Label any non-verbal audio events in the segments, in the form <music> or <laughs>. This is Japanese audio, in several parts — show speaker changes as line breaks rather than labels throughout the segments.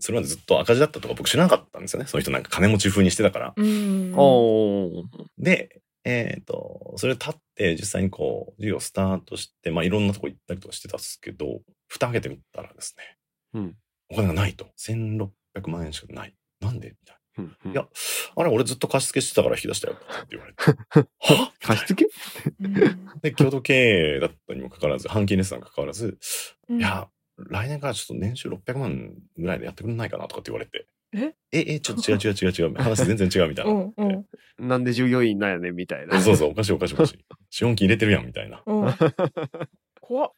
それまでずっと赤字だったとか僕知らなかったんですよね。その人なんか金持ち風にしてたから。
うん。
おー
で、えっ、と、それ立って実際にこう、授業スタートして、まあいろんなとこ行ったりとかしてたんですけど、蓋開けてみたらですね、
うん
お金がないと。1600万円しかない。なんでみたい
うんう
な。
ん
いや、あれ俺ずっと貸し付けしてたから引き出したよって <laughs> 言われて。は
<laughs> 貸し付け
うん
で、共同経営だったにもかかわらず、半期レッスンがかかわらず、い、や、来年からちょっと年収600万ぐらいでやってくれないかなとかって言われて。
え
え、え、ちょっと違う違う違う違う。話全然違うみたいうな。
んうん
なんで従業員なんやねんみたいな。
そうそう、おかしいおかしいおかしい。資本金入れてるやんみたいな。
うん。怖っ。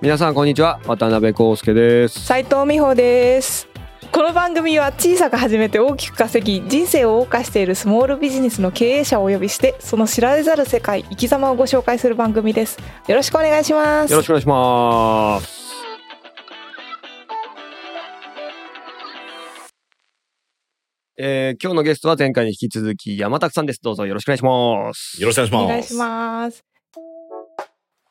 皆さんこんにちは。渡辺康介です。
斉藤美穂ですこの番組は小さく始めて大きく稼ぎ人生を謳歌しているスモールビジネスの経営者をお呼びしてその知られざる世界生き様をご紹介する番組ですよろしくお願いします
よろしくお願いします。えー、今日のゲストは前回に引き続き山拓さんです。どうぞよろしくお願いします。
よろしくお願いします。
お願いします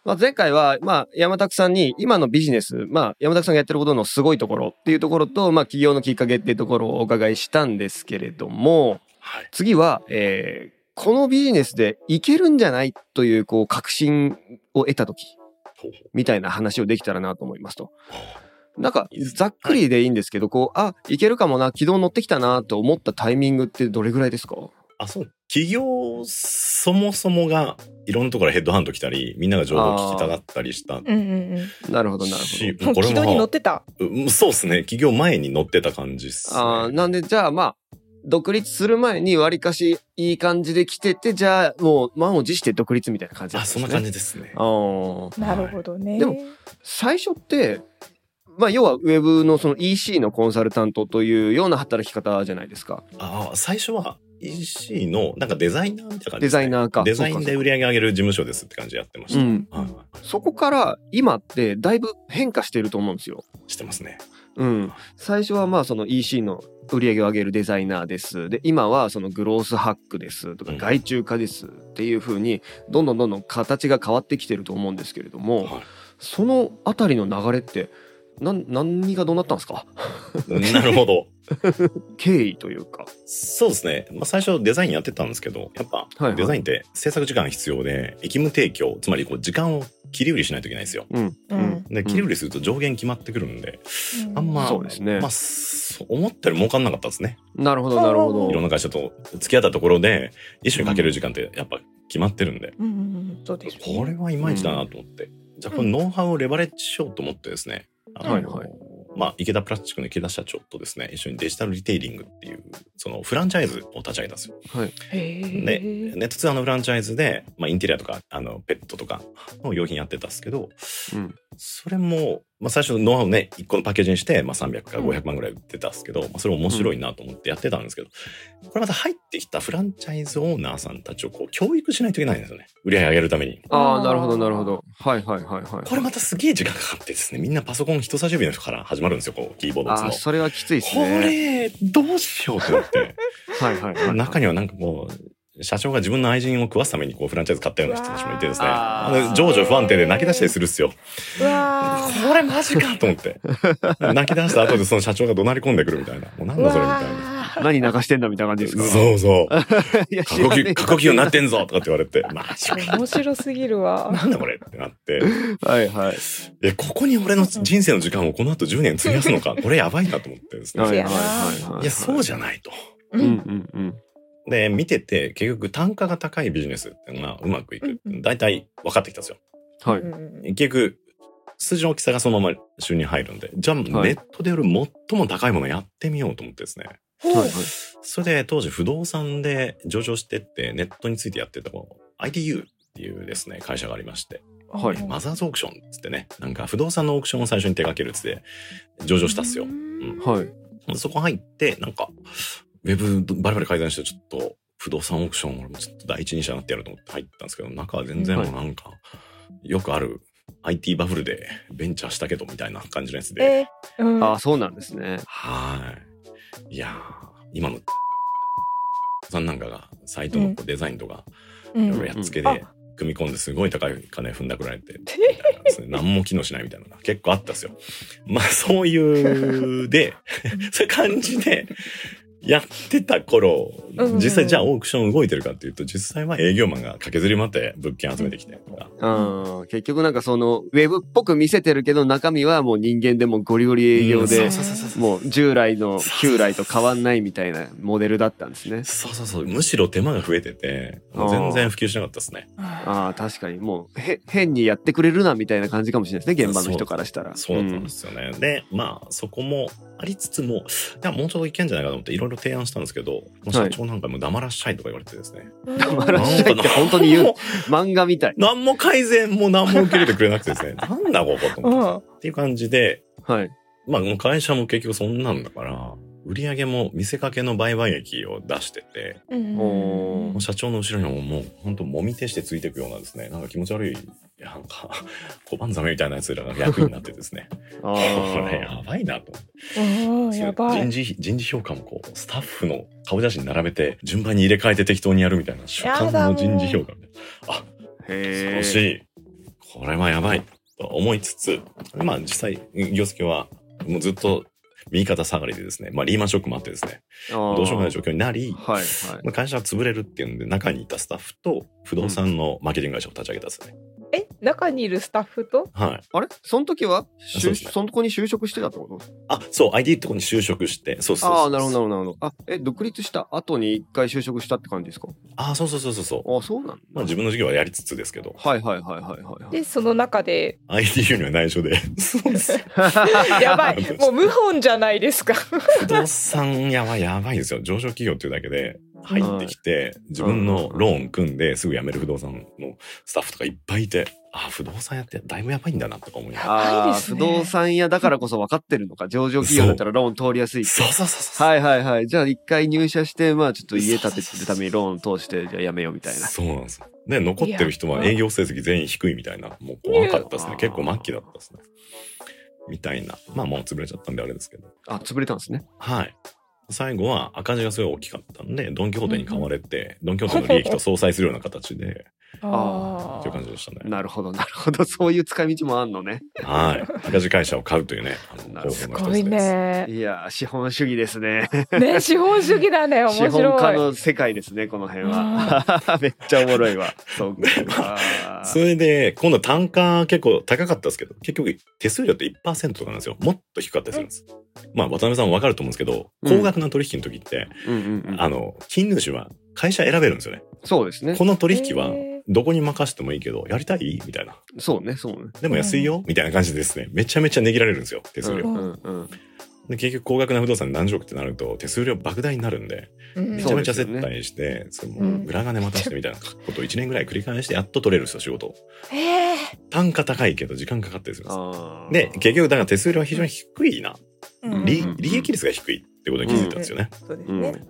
まあ、前回は、まあ、山拓さんに今のビジネス、まあ、山拓さんがやってることのすごいところっていうところと、まあ、起業のきっかけっていうところをお伺いしたんですけれども、
はい。
次は、えーこのビジネスでいけるんじゃないという、こう、確信を得たとき、
ほうほ
みたいな話をできたらなと思いますと。
う
なんか、ざっくりでいいんですけど、こう、あ、いけるかもな、軌道乗ってきたなと思ったタイミングってどれぐらいですか
あ、そう。企業そもそもがいろんなところからヘッドハンド来たり、みんなが情報を聞きたがったりした
うんうん
なるほど、なる
し、
う
ほ
んも
も
う
うこれ
軌道に乗
も、
ってた
うんそうですね。企業前に乗ってた感じっす、
ど。あー
ね。
なんで、じゃあ、まあ、独立する前に、わりかしいい感じで来てて、じゃあ、もう、満を持して独立みたいな感じだ
あ、
った
そ
ん
ん
で
な
すね
感じですね。
あー
なるほどね、
でも最初って、まあ、要は、ウェブのその EC のコンサルタントというような働き方じゃないですか。
ああ、最初は EC のなんかデザイナーみたいな感じですね、
デザイナーか
デザインで売り上げ上げる事務所ですって感じでやってました。
うん
はいはい
そこから、今って、だいぶ変化してると思うんですよ。
してますね。
うん、最初はまあその EC の売り上げを上げるデザイナーですで今はそのグロースハックですとか
うん
外注化ですっていう風にどんどんどんどん形が変わってきてると思うんですけれども
は
そのあたりの流れってなん何がどうなったんですか
い、なるほど。
経緯というか
そうですね。まあ、最初デザインやってたんですけど、やっぱ
はいはい
デザインって制作時間必要で、役務提供、つまりこう時間を切り売りしないといけないんですよ。
うん
う
うんん
で、切り売りすると上限決まってくるんで、
うん
あんま、
そうですね
まあ、そう思ったより儲かんなかったですね。
なるほどなるほ
う
ど
ん
いろんな会社と付き合ったところで、一緒にかける時間ってやっぱ決まってるんで、
うんうんうんそうですね
これはいまいちだなと思って、じゃあこのノウハウをレバレッジしようと思ってですね、あの
はいはい
まあ、池田プラスチックの池田社長とですね一緒にデジタルリテイリングっていうそのフランチャイズを立ち上げたんですよ。
へ
で
ー
ネットツアーのフランチャイズで、まあ、インテリアとかあのペットとかの用品やってたんですけど、
うん
それも、まあ、最初のノウハウをね1個のパッケージにして、まあ、300から500万ぐらい売ってたんですけど、まあ、それ面白いなと思ってやってたんですけどこれまた入ってきたフランチャイズオーナーさんたちをこう教育しないといけないんですよね売り上げ上げるために。
ああなるほどなるほどはいはいはいはい
これまたすげえ時間かかってですねみんなパソコン人差し指の人から始まるんですよこうキーボードを打つ
あ
の
あ。それはきついです
これ
ね
どうしようってなって
はいはいはい
中にはなんかこう社長が自分の愛人を食わすためにこうフランチャイズ買ったような人たちもいてですね
うわ
あ
ー
の情緒不安定で泣き出したりするっすよ
うわー
これマジかと思って泣き出した後でその社長が怒鳴り込んでくるみたいなもうなんだそれみたいな
何流してんだみたいな感じですか
そうそう <laughs>
いや
過
知ら
呼
ねえ
吸過呼吸になってんぞとかって言われてマジ <laughs>
うわー
か
面白すぎるわ
なんだこれってなって
はいはい
えここに俺の人生の時間をこの後10年費やすの
<laughs>
かこれやばいなと思ってですね
はいい
や
はいはいはい。
いやそう
じ
じゃないと。
ゃ。
うん
うんうんうん。
で、見てて、結局単価が高いビジネスっていうのがうまくいく
うんうん。。
大体分かってきたんですよ。
はいう
んうんう
結
ん
局、数字の大きさがそのまま収入入るんで、じゃあネ
はい
ットで売る最も高いものやってみようと思ってですね。
はいはい。
それで当時不動産で上場してって、ネットについてやってたこの IDU っていうですね、会社がありまして、
はい
マザーズオークションっつってね、なんか不動産のオークションを最初に手掛けるっつって上場したっすよ
う。ん
はい。
そこ入って、なんか、ウェブバリバリ改ざんして、ちょっと、不動産オークション、俺もちょっと第一人者になってやると思って入ったんですけど、中は全然もうなんか、よくある IT バブルでベンチャーしたけど、みたいな感じのやつで。
えーうん
ああ、そうなんですね。
はーい。いやー、今の、さんなんかが、サイトのこうデザインとか、
う
い
ん
ろいろやっつけ
うん
で、組み込んですごい高い金踏んだくられて、みたいなですね何も機能しないみたいなのが結構あったんですよ。まあそういう、で、そういう感じで、やってた頃
うんうん、
実際じゃあオークション動いてるかっていうと、実際は営業マンが駆けずり回って物件集めてきてとか、
あー結局なんかそのウェブっぽく見せてるけど中身はもう人間でもゴリゴリ営業
う
で
んそうそうそうそう
もう従来の旧来と変わんないみたいなモデルだったんですね。
そうそうそう、むしろ手間が増えてて、もう全然普及しなかったですね。
ああ確かにもうへ変にやってくれるなみたいな感じかもしれないですね現場の人からしたら。
そうだったんですよね。で、まあ、そこもありつつも、いや、もうちょっといけんじゃないかと思って、いろいろ提案したんですけど、もう社長なんかもう黙らっしゃいとか言われてですね。
黙らっしゃいって本当に言う漫画みたい。
何も改善も何も受け入れてくれなくてですね、なんだここと
う
思って。
ん
っていう感じで、
はい。
まあ、もう会社も結局そんなんだから、売り上げも見せかけの売買益を出してて、
うん
お
もう社長の後ろにはもうもう本当もみ手してついていくようなですね、なんか気持ち悪い、なんか、 <laughs> 小判ザメみたいなやつらが役になってですね、
あ
これ
ー
やばいなと思って。
うんやば
人
い
事人事評価もこうスタッフの顔写真並べて順番に入れ替えて適当にやるみたいな主観の人事評価みたいなあ
へ
楽し
え。
いこれはやばいと思いつつまあ実際業績はもうずっと右肩下がりでですね、まあ、リーマンショックもあってですね
ど
どうしようもない状況になり、
はいはい。
まあ、会社は潰れるっていうんで中にいたスタッフと不動産のマーケティング会社を立ち上げたんですよね、
え中にいるスタッフと
はい
あれその時は
そう
就
ですね
そのとこに就職してたってこと
あそう IT ってとこに就職してそうそうそう
ああ、なるほど、なるほど。あ、え、独立した後に一回就職したって感じですか
あそうそうそうそうそう
あそうなんだ。
まあ自分の事業はやりつつですけど
はいはいはいはいはいはい。
でその中で
ITU には内緒でそうですよ
<laughs> や
<laughs>
ばいもう無本じゃないですか
不動産屋はやばいですよ。上場企業っていうだけで入ってきて、自分のローン組んですぐ辞める不動産のスタッフとかいっぱいいて、あ、不動産屋ってだいぶやばいんだなとか思いながら。
ばい
あ
で
あ、
す
不
ね
動産屋だからこそ分かってるのか。上場企業だったらローン通りやすいって。
そうそうそうそう。
はいはいはい。じゃあ一回入社して、まあちょっと家建ててるためにローン通して、じゃあやめようみたいな。
そうなんですよ。で、残ってる人は営業成績全員低いみたいな、もう怖かったですね。
いや
結構末期だったですね。みたいな。まあもう潰れちゃったんであれですけど。
あ、潰れたんですね。
はい。最後は赤字がすごい大きかったんで、ドン・キホーテに買われて、ドン・キホーテの利益と相殺するような形で、
あ
という感じでしたね。
なるほど、なるほど。そういう使い道もあんのね。
はい。赤字会社を買うというね、あの
な
方
るほど
法
す
の一つ
ご
です。
いね
いやー、資本主義ですね。
ね資本主義だね面
<laughs> 資
白い
本家の世界ですね、この辺は。 <laughs> めっちゃおもろいわ。そうか。
<laughs> それで、今度単価結構高かったですけど、結局手数料って1%とかなんですよ。もっと低かったりするんです。まあ、渡辺さんもわかると思うんですけど、
うん
高額な取引の時って、
うんうんうん
あの、金主は会社選べるんですよね。
そうですね。
この取引は
へー
どこに任せてもいいけど、やりたいみたいな。
そうね、そうね。
でも安いよみたいな感じでですね、めちゃめちゃ値切られるんですよ、手数料。
うんうん
で結局高額な不動産で何十億ってなると、手数料莫大になるんで、
うん
め
そ
ちゃ
う
めちゃ接待して、その裏金渡してみたいなことを1年ぐらい繰り返して、やっと取れるんですよ、仕事を。
ええ
単価高いけど時間かかったりするんです。
あー
で、結局、だから手数料は非常に低いな。
うん
利
うん
利益率が低いってことに気づいたんですよね。
そうです
うん
ね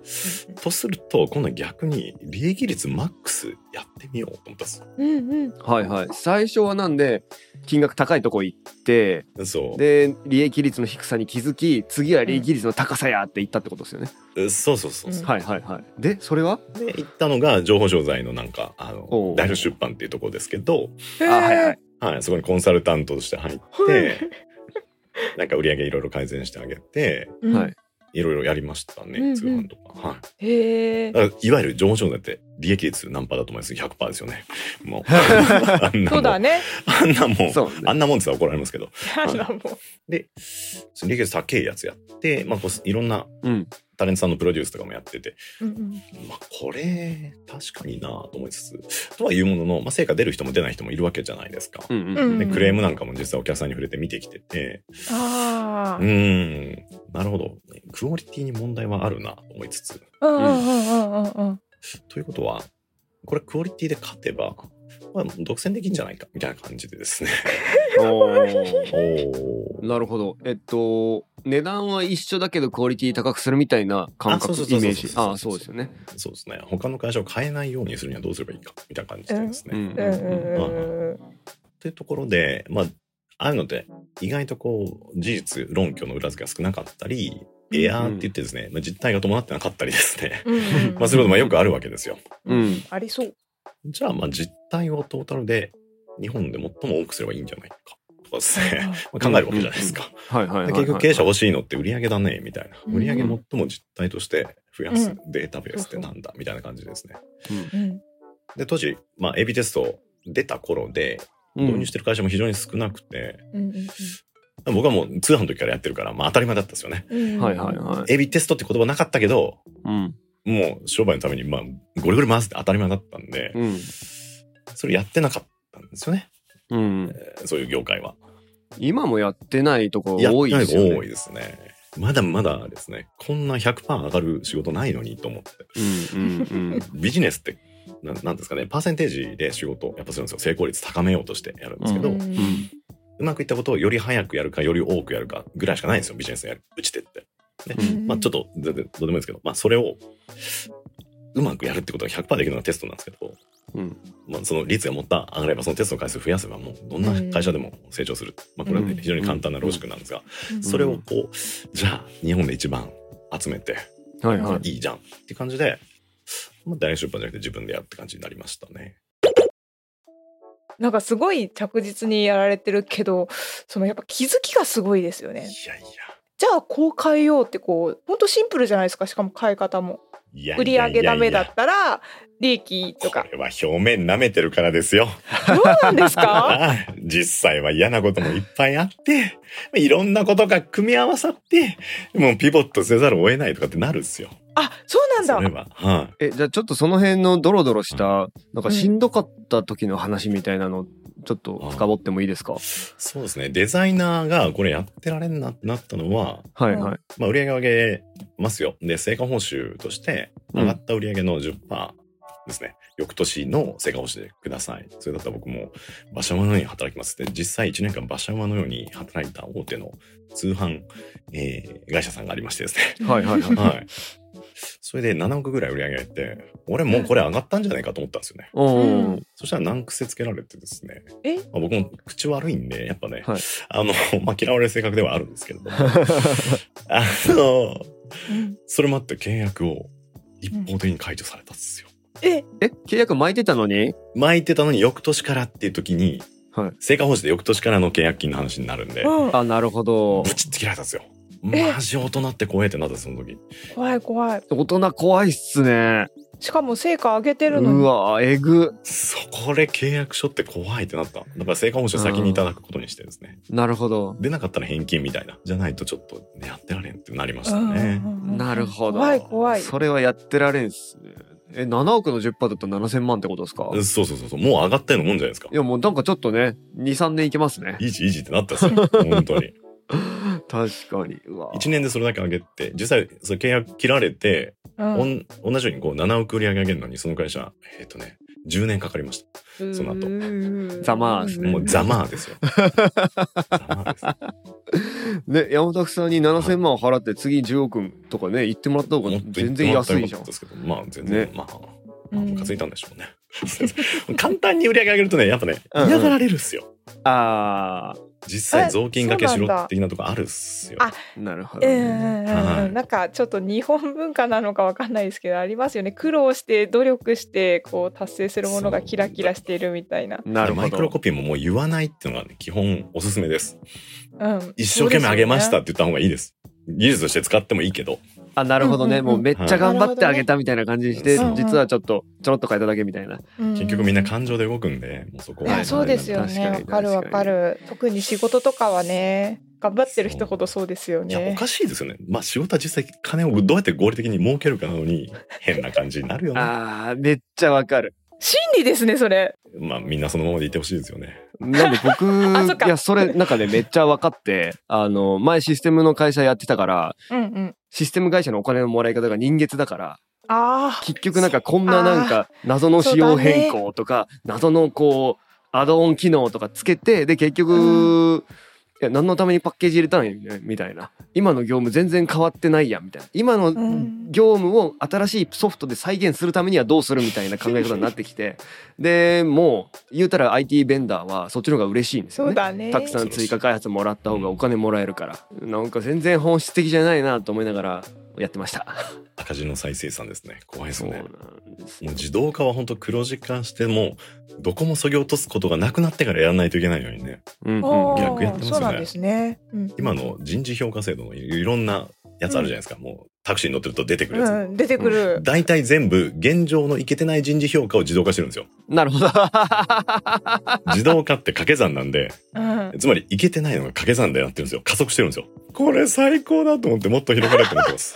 とすると、今度は逆に利益率マックスやってみようと思ったんです
うんうん
はいはい。最初はなんで、金額高いとこ行って、
そう
で、利益率の低さに気づき、次は利益率の高さやって言ったってことですよね。
え。そうそうそうそうう。
はいはいはい。で、それは
で、行ったのが情報商材のなんか、あ
お
の
う、
大学出版っていうところですけど、
あ
あはいはい。
はい、そこにコンサルタントとして入って、なんか売り上げいろいろ改善してあげて、
はい。
いろいろやりました
うんう
ね、
ん
通販とか。はい。
へえ
だからいわゆる情報商材って利益率何パーだと思います ?100% ですよね。もう。 <laughs> あんなも
そうんだ <laughs> ね
あんなもん、
そうね
あんなもんって言ったら怒られますけど。
あらもう
で、利益率高いやつやって、まあこう、いろんな
うん。
タレントさんのプロデュースとかもやってて、
うん
まあ、これ、確かになと思いつつ、とはいうものの、まあ、成果出る人も出ない人もいるわけじゃないですか。
うん
う
うんん。
でクレームなんかも実際お客さんに触れて見てきてて、
あ
うーん、なるほど。クオリティに問題はあるなと思いつつ、
あうんうんうんうんうんうん
ということは、これクオリティで勝てば、まあ、独占できんじゃないかみたいな感じでですね。
おー
おお。
なるほど。えっと、値段は一緒だけどクオリティ高くするみたいな感覚、
あ
イ
そうそうそうそ
メ
う
ージ。ああ、そうですよね。
そうですね。他の会社を変えないようにするにはどうすればいいかみたいな感じでですね。
う
っ
ん
うんうんうん
ていうところで、まあ、ああいうのって意外とこう、事実、論拠の裏付けが少なかったり、
うん
エアーって言ってですね、まあ、実態が伴ってなかったりですね。 <laughs>
うんうん
まあ、そういうこともよくあるわけですよ。
うん。
ありそう
じゃあ、まあ、実体をトータルで日本で最も多くすればいいんじゃないかとかですね考えるわけじゃないですか。
はいはいはいは
で
い、
結局経営者欲しいのって売り上げだねみたいな
うん
売り上げ最も実態として増や
う
す
ん
データベースってなんだみたいな感じですね。
うん
で当時、まあ、AB テスト出た頃で
うん
導入してる会社も非常に少なくて、
うんうん
僕はもう通販の時からやってるから、まあ、当たり前だったんですよね。
うん
はいはいはい。
AB テストって言葉なかったけど
うん。
もう商売のために、まあ、ゴリゴリ回すって当たり前だったんで、
うん。
それやってなかったんですよね、
うん。
えーそういう業界は。
今もやってないとこ
や
多
っ
いで
て
す
な
よ
い
ね。
の多いですね。まだまだですね、こんな100%上がる仕事ないのにと思って。
うんうんうん。
ビジネスって、ななんですかね、パーセンテージで仕事をやっぱするんですよ。成功率高めようとしてやるんですけど、う
うんうん
まくいったことをより早くやるか、より多くやるかぐらいしかないんですよ、ビジネスのやる打ち手って。
うん
まあちょっと、全然どうでもいいですけど、まあそれを、うまくやるってことが100%できるのがテストなんですけど、
うん
まあ、その率がもった上がればそのテストの回数増やせばもうどんな会社でも成長する、まあ、これはね非常に簡単なロジックなんですが、
うん
それをこうじゃあ日本で一番集めて
はいはい。
いいじゃんって感じで、まあ、大学出版じゃなくて自分でやるって感じになりましたね。
なんかすごい着実にやられてるけどそのやっぱ気づきがすごいですよ
いや
ね
いや
じゃあこう変えようってこうほんとシンプルじゃないですかしかも変え方も
いや
売
い
り
や
上
いや
げ
いや
ダメだったら利益と <laughs> か
これは表面舐めてるからですよ。
どうなんです <laughs> か
ああ <laughs> 実際は嫌なこともいっぱいあって、いろんなことが組み合わさって、もうピボットせざるを得ないとかってなるんですよ。
あそうな
そ
ん
れ
だ
は。はい。
え、じゃあちょっとその辺のドロドロした、なんかしんどかった時の話みたいなの、ちょっと深掘ってもいいですか
そうですね。デザイナーがこれやってられんなってなったのは、
はいはい。
まあ、売り上げ上げますよ。で、成果報酬として、
うん
上がった売り上げの10%ですね。翌年の成果報酬でください。それだったら僕も馬車馬のように働きますって、実際1年間馬車馬のように働いた大手の通販、えー会社さんがありましてです
<laughs>
ね。
はいはいはい。
はい。それで7億ぐらい売り上げ上げて、俺もうこれ上がったんじゃないかと思ったんですよね。
おー
そしたら難癖つけられてですね。
え
まあ僕も口悪いんで、やっぱね、
はい
あの、 <laughs> まあ、嫌われる性格ではあるんですけ
<laughs>
れども、あの、
うん
それもあって契約を一方的に解除されたんですよ。
え
え、契約巻いてたのに
巻いてたのに翌年からっていう時に、
はい
成果報酬で翌年からの契約金の話になるんで、
うん
あ、なるほど
ブ。チって切られたんですよ。
え
マジ大人って怖えってなったその時。
怖い怖い
大人怖いっすね。
しかも成果上げてるのに
うわ、えぐ。
そこで契約書って怖いってなった。だから成果報酬先にいただくことにしてですね。
なるほど。
出なかったら返金みたいな。じゃないとちょっとね、やってられんってなりまし
う
た
んうん
ね。
うんうん
なるほど。
怖い怖い
それはやってられんっすね。え、7億の10%だったら7000万ってことですか
うんそうそうそうそう。もう上がったようなもんじゃないですか
い。や、もうなんかちょっとね、2、3年いけますね。
いじいじってなったんですよ。本当に。
確かに。うわ。
1年でそれだけ上げて、実際、その契約切られて、
うん
おん同じようにこう7億売り上げ上げるのにその会社えっ、とね10年かかりましその後
うーん
ざまあです
た
ね
もうザマー
<laughs>
ですよザマーです
ね、山本さんに7000万を払って次10億とかね、言ってもらった方
も
が
っと言
全
って
然
もらった
安
ら
い
よ
じ
か
ゃ
っ
ん
た。ですけどまあ全然、
ね
まあ
う
まあ
ん
ムカついたんでしょうね <laughs> 簡単に売り上げ上げるとねやっぱね
うんうん
嫌がられるっすよ
あ
実際雑巾がけし
そうなん
ろ
だ
的なとこあるっすよ
あ
あ、なるほど、
う
ね。
んうんうん
はい
なんかちょっと日本文化なのかわかんないですけどありますよね苦労して努力してこう達成するものがキラキラしているみたいな、
なる
マ
ほ
イクロ
ど。
コピーももう言わないっていうのが、ね、基本おすすめです
うん、
一生懸命上げました
そう
って言った方がいいです技術として使ってもいいけど
あ、なるほどね。
うんうんうん
もうめっちゃ頑張ってあげたみたいな感じにして、
はい
実はちょっとちょろっと変えただけみたいな。
ですよね、
結局みんな感情で動くんでもうそこ
い
は
やそうですよねわ
確
か
かに
るわかる特に仕事とかはね頑張ってる人ほどそうですよ
いや、お
ね
かしいですよね。まあ仕事は実際金をどうやって合理的に儲けるかなのに、変な感じになるよね。
あー、めっちゃわかる。
心理ですねそれ
まあみんなそのままでいてほしいですよね。
なんで
<laughs>
僕
あそっか
いやそれなんかねめっちゃ分かってあの前システムの会社やってたから
うんうん
システム会社のお金のもらい方が人月だから
あ
結局なんかこんななんか謎の仕様変更とか、謎のこうアドオン機能とかつけてで結局、いや何のためにパッケージ入れたんやみたいな今の業務全然変わってないやんみたいな今の
ん
業務を新しいソフトで再現するためにはどうするみたいな考え方になってきてでもう言うたら IT ベンダーはそっちの方が嬉しいんです
そ
よ
う
ね。
だね
たくさん追加開発もらった方がお金もらえるからなんか全然本質的じゃないなと思いながらやってました。
赤字の再生産ですね。怖いです
そう
よ
な
ね。
ん
もう自動化は本当黒字化してもうどこもそぎ落とすことがなくなってからやらないといけないのにね
うん
おー
逆やってますよね
そうなんですね。うん
今の人事評価制度のいろんなやつあるじゃないですか、もうタクシーに乗ってると出てくるやつ、
うん、出てくる。
大体全部現状のいけてない人事評価を自動化してるんですよ
なるほど。
自動化って掛け算なんで
うん
<laughs> つまりいけてないのが掛け算でなってるんですよ加速してるんですよこれ最高だと思ってもっと広がると思ってます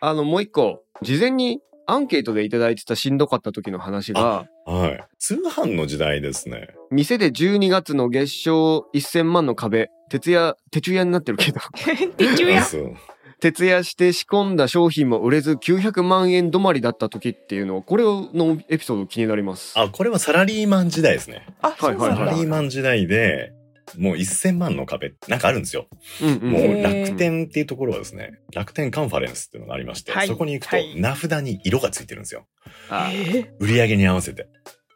あの、もう一個、事前にアンケートでいただいてたしんどかった時の話が、
はい通販の時代ですね
店で12月の月賞1000万の壁、徹夜、手中夜になってるけど、 <laughs>
手中や。
そう
徹夜して仕込んだ商品も売れず900万円止まりだった時っていうのを、これのエピソード気になります。
あこれはサラリーマン時代ですね
あ、そう
はい
な
サ
ん
ラ
だ
リーマン時代でもう1000万の壁なんかあるんですよ
うんうん
も
へ
う
ー
楽天っていうところはですね、楽天カンファレンスっていうのがありまして、
はい
そこに行くと
はい
名札に色がついてるんですよ。
あ
えー
売り上げに合わせて。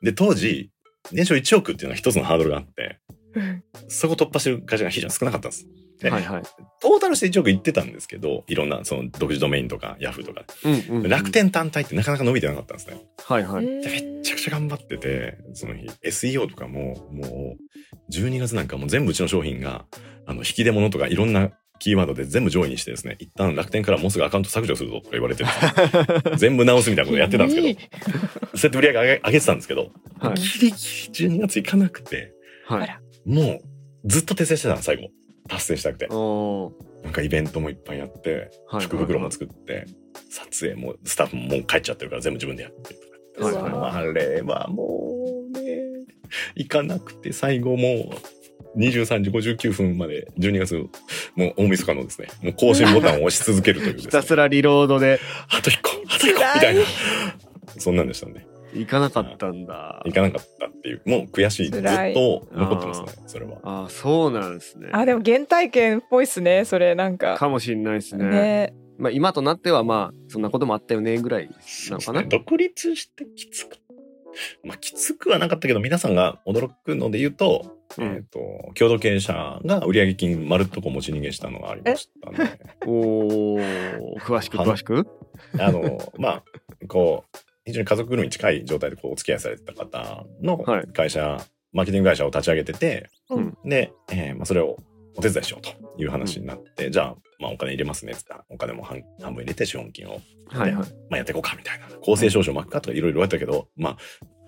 で、当時、年商1億っていうのは一つのハードルがあって、
うん
そこ突破してる会社が非常に少なかったんです。で、
はいはい。
トータルして1億いってたんですけど、いろんなその独自ドメインとかヤフーとか、
うんうんうん
楽。天単体ってなかなか伸びてなかったんですね。
はいはい。
でめっちゃくちゃ頑張ってて、その日、SEO とかも、もう、12月なんかもう全部うちの商品が、あの、引き出物とかいろんなキーワードで全部上位にしてですね、一旦楽天からもうすぐアカウント削除するぞとか言われてですね、
<laughs>
全部直すみたいなことやってたんですけ
け
ど、そうやって売り上げ上げ上げてたんですけど、
はい。
ギリギリ12月いかなくて、
はい。
もう、ずっと訂正してたの、最後。達成したくて。
おー
なんかイベントもいっぱいやって、
はいはいはい
福袋も作って、撮影も、スタッフももう帰っちゃってるから全部自分でやってとかって
はい
そ
はい
のあれはもうね、行かなくて、最後もう、23時59分まで、12月、もう大晦日のですね、もう更新ボタンを押し続けるというです
ひ
ね
たすらリロードで
あと1個、あと1個みたいな
辛い。
そんなんでしたね。
行かなかったんだ。
行かなかったっていう、もう悔しい。ずっ
辛い
と残ってますね、それは。
あーそうなんですね。
あ、でも原体験っぽいっすね。それなんか。
かもしんないですね。
ね。
まあ今となってはまあそんなこともあったよねぐらいなのかな。
独立してきつく。まあ、きつくはなかったけど、皆さんが驚くので言うと、
うん
えっ、と、共同経営者が売上金まるっとこう持ち逃げしたのがありました
<laughs>
ね。
おー詳しく詳しく。
あの、まあ、こう、非常に家族ぐるみに近い状態でこうお付き合いされてた方の
はい
会社、マーケティング会社を立ち上げてて、
うん
で、えーまあ、それをお手伝いしようという話になって、じゃあ、まあ、お金入れますねって言ったらお金も半半分入れて資本金を
はいはい。
まあ、やっていこうかみたいな公正証書巻くかとかいろいろやったけど、まあ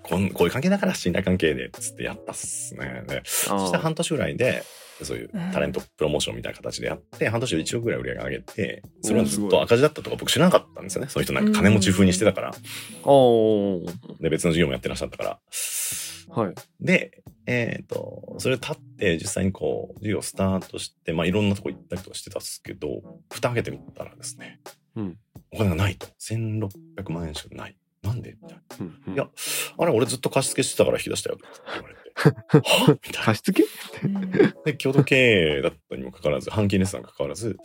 こんこういう関係だから信頼関係でっつってやったっすねでそして半年ぐらいでそういうタレントプロモーションみたいな形でやって、半年で1億ぐらい売り上げ上げてそれもずっと赤字だったとか僕知らなかったんですよねそういう人なんか金持ち風にしてたから、
おー
で別の事業もやってらっしゃったから
はい。
でえっ、とそれ立って実際にこう事業スタートして、まあ、いろんなとこ行ったりとかしてたっすけど蓋開けてみたらですね、
うん
お金がないと1600万円しかないなんでみたいな。
うんうん
いやあれ、俺ずっと貸し付けしてたから引き出したよって言われて。はみたいな。
貸し付け？
で、共同経営だったにもかかわらず、半期熱さんかかわらず、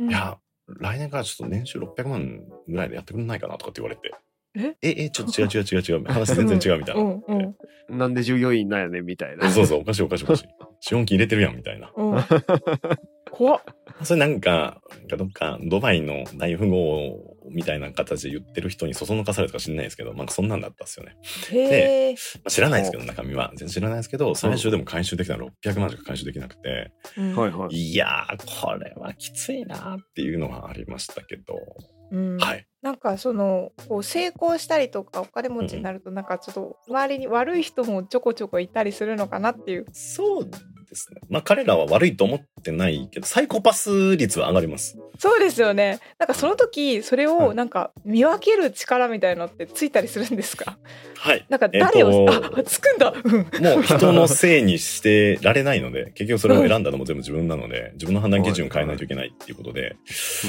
うん
いや、来年からちょっと年収600万ぐらいでやってくれないかなとかって言われて。
え
え、え、ちょっと違う違う違う違う。話全然違うみたいな。
うんうん
なんで従業員なんやねみたいな。
そうそう、おかしいおかしいおかしい。資本金入れてるやんみたいな。 <laughs>
うん。 <laughs> 怖っ。
それなんか、なんかどっかドバイの大富豪みたいな形で言ってる人にそそのかされたか知んないですけど、なんかそんなんだったっすよね。
へえ。
まあ知らないですけど、中身は。全然知らないですけど、最終でも回収できたの600万しか回収できなくて。
うん
はいはい。
いやー、これはきついなーっていうのはありましたけど、
うん
はい。
なんかそのこう成功したりとかお金持ちになるとなんかちょっと周りに悪い人もちょこちょこいたりするのかなっていう。
そうですね。まあ彼らは悪いと思ってないけど、サイコパス率は上がります。
そうですよね。なんかその時それ
は
を
い
なんか見分ける力みたいなのってついたりするんですか。
はい。
なんか誰を、
えっと
あつくんだ。うん
もう人のせいにしてられないので、 <laughs> 結局それを選んだのも全部自分なので、自分の判断基準を変えないといけないっていうことで、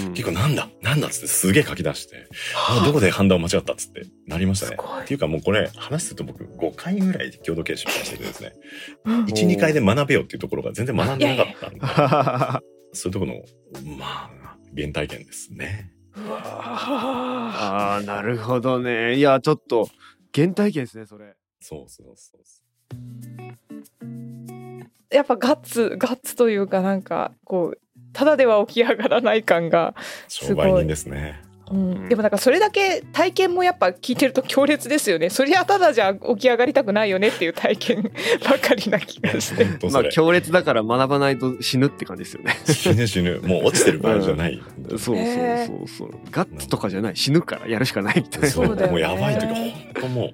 うん
結構なんだなんだっつってすげえ書き出して、あどこで判断を間違ったっつってなりました
す
ね。
ごい
っていうかもうこれ話すると僕5回ぐらい共同経営失敗してて <laughs> ですね、
うん
1、2回で学べよっていうところが全然学んでなかったんで。
<laughs> あ
そういうとこの、まあ、原体験ですね。
うわ
あなるほどね。いやちょっと原体験ですねそれ。
そうそうそうそ
ーやっぱガッツガッツというかなんかこうただでは起き上がらない感が
う。商売人ですね。
うん、でもなんかそれだけ体験もやっぱ聞いてると強烈ですよねそりゃただじゃ起き上がりたくないよねっていう体験ばかりな気がして
本当
ま
そ
あ
れ、
強烈だから学ばないと死ぬって感じですよ
<laughs>
ね
死ぬ死ぬもう落ちてる場合じゃない、
そうそうそうそうガッツとかじゃない死ぬからやるしかないみたいな
そう
そうだよね
もうやばい時本当もう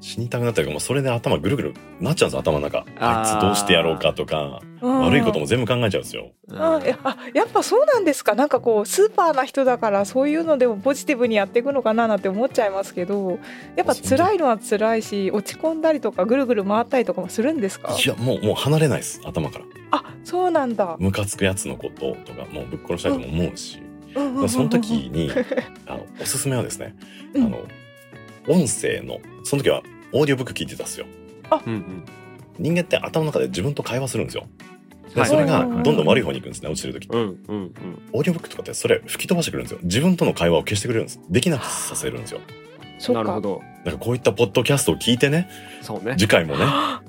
死にたくなったりとかもうそれで頭ぐるぐるなっちゃうんですよ頭の中あ
あー
いつどうしてやろうかとか悪
悪
いことも全部考えちゃうんですよ
あやあやっぱそうなんですかなんかこうスーパーな人だからそういうのでもポジティブにやっていくのかななんて思っちゃいますけどやっぱ辛いのは辛いし落ち込んだりとかぐるぐる回ったりとかもするんですか
いやもうもう離れないです頭から
あそうなんだ、
ムカつくやつのこととかもうぶっ殺したいとも思うし、
うんうんう
だ
んう
か
ん
らその時にあのおすすめはですねあ
うん
の音声のその時はオーディオブック聞いてたんですよ
うん
人間って頭の中で自分と会話するんですよで
はい
それが
うん
どんどん悪い方に行くんですね落ちてる時って
うんうんうんうん
オーディオブックとかってそれ吹き飛ばしてくれるんですよ自分との会話を消してくれるんですできなくさせるんですよ
<laughs> そう
な
か
るほど
なんかこういったポッドキャストを聞いてね、
そうね、
次回もね。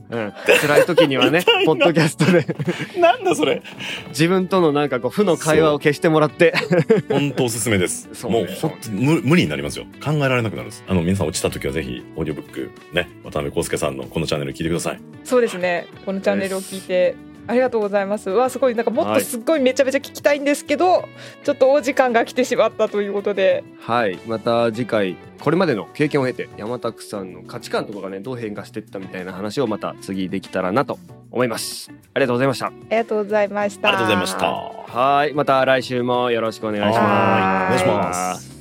うん、辛い時に <laughs> はねポッドキャストで
<laughs> なんだそれ
自分とのなんかこう負の会話を消してもらって
本当おすすめです。
そうね
もうほんと無無理になりますよ。考えられなくなるんです。あの、皆さん落ちた時はぜひ、オーディオブック、ね、渡辺康介さんのこのチャンネル聞いてください。
そうですね。このチャンネルを聞いて。ありがとうございます。うわすごいなんかもっ
は
と
い
すっごいめちゃめちゃ聞きたいんですけど、ちょっとお時間が来てしまったということで、
<laughs> はいまた次回これまでの経験を経て山拓さんの価値観とかがねどう変化していったみたいな話をまた次できたらなと思いますありがとうございました
ありがとうございました。
ありがとうございました。
はいまた来週もよろしくお願いしま
は
す
いお願いし
ます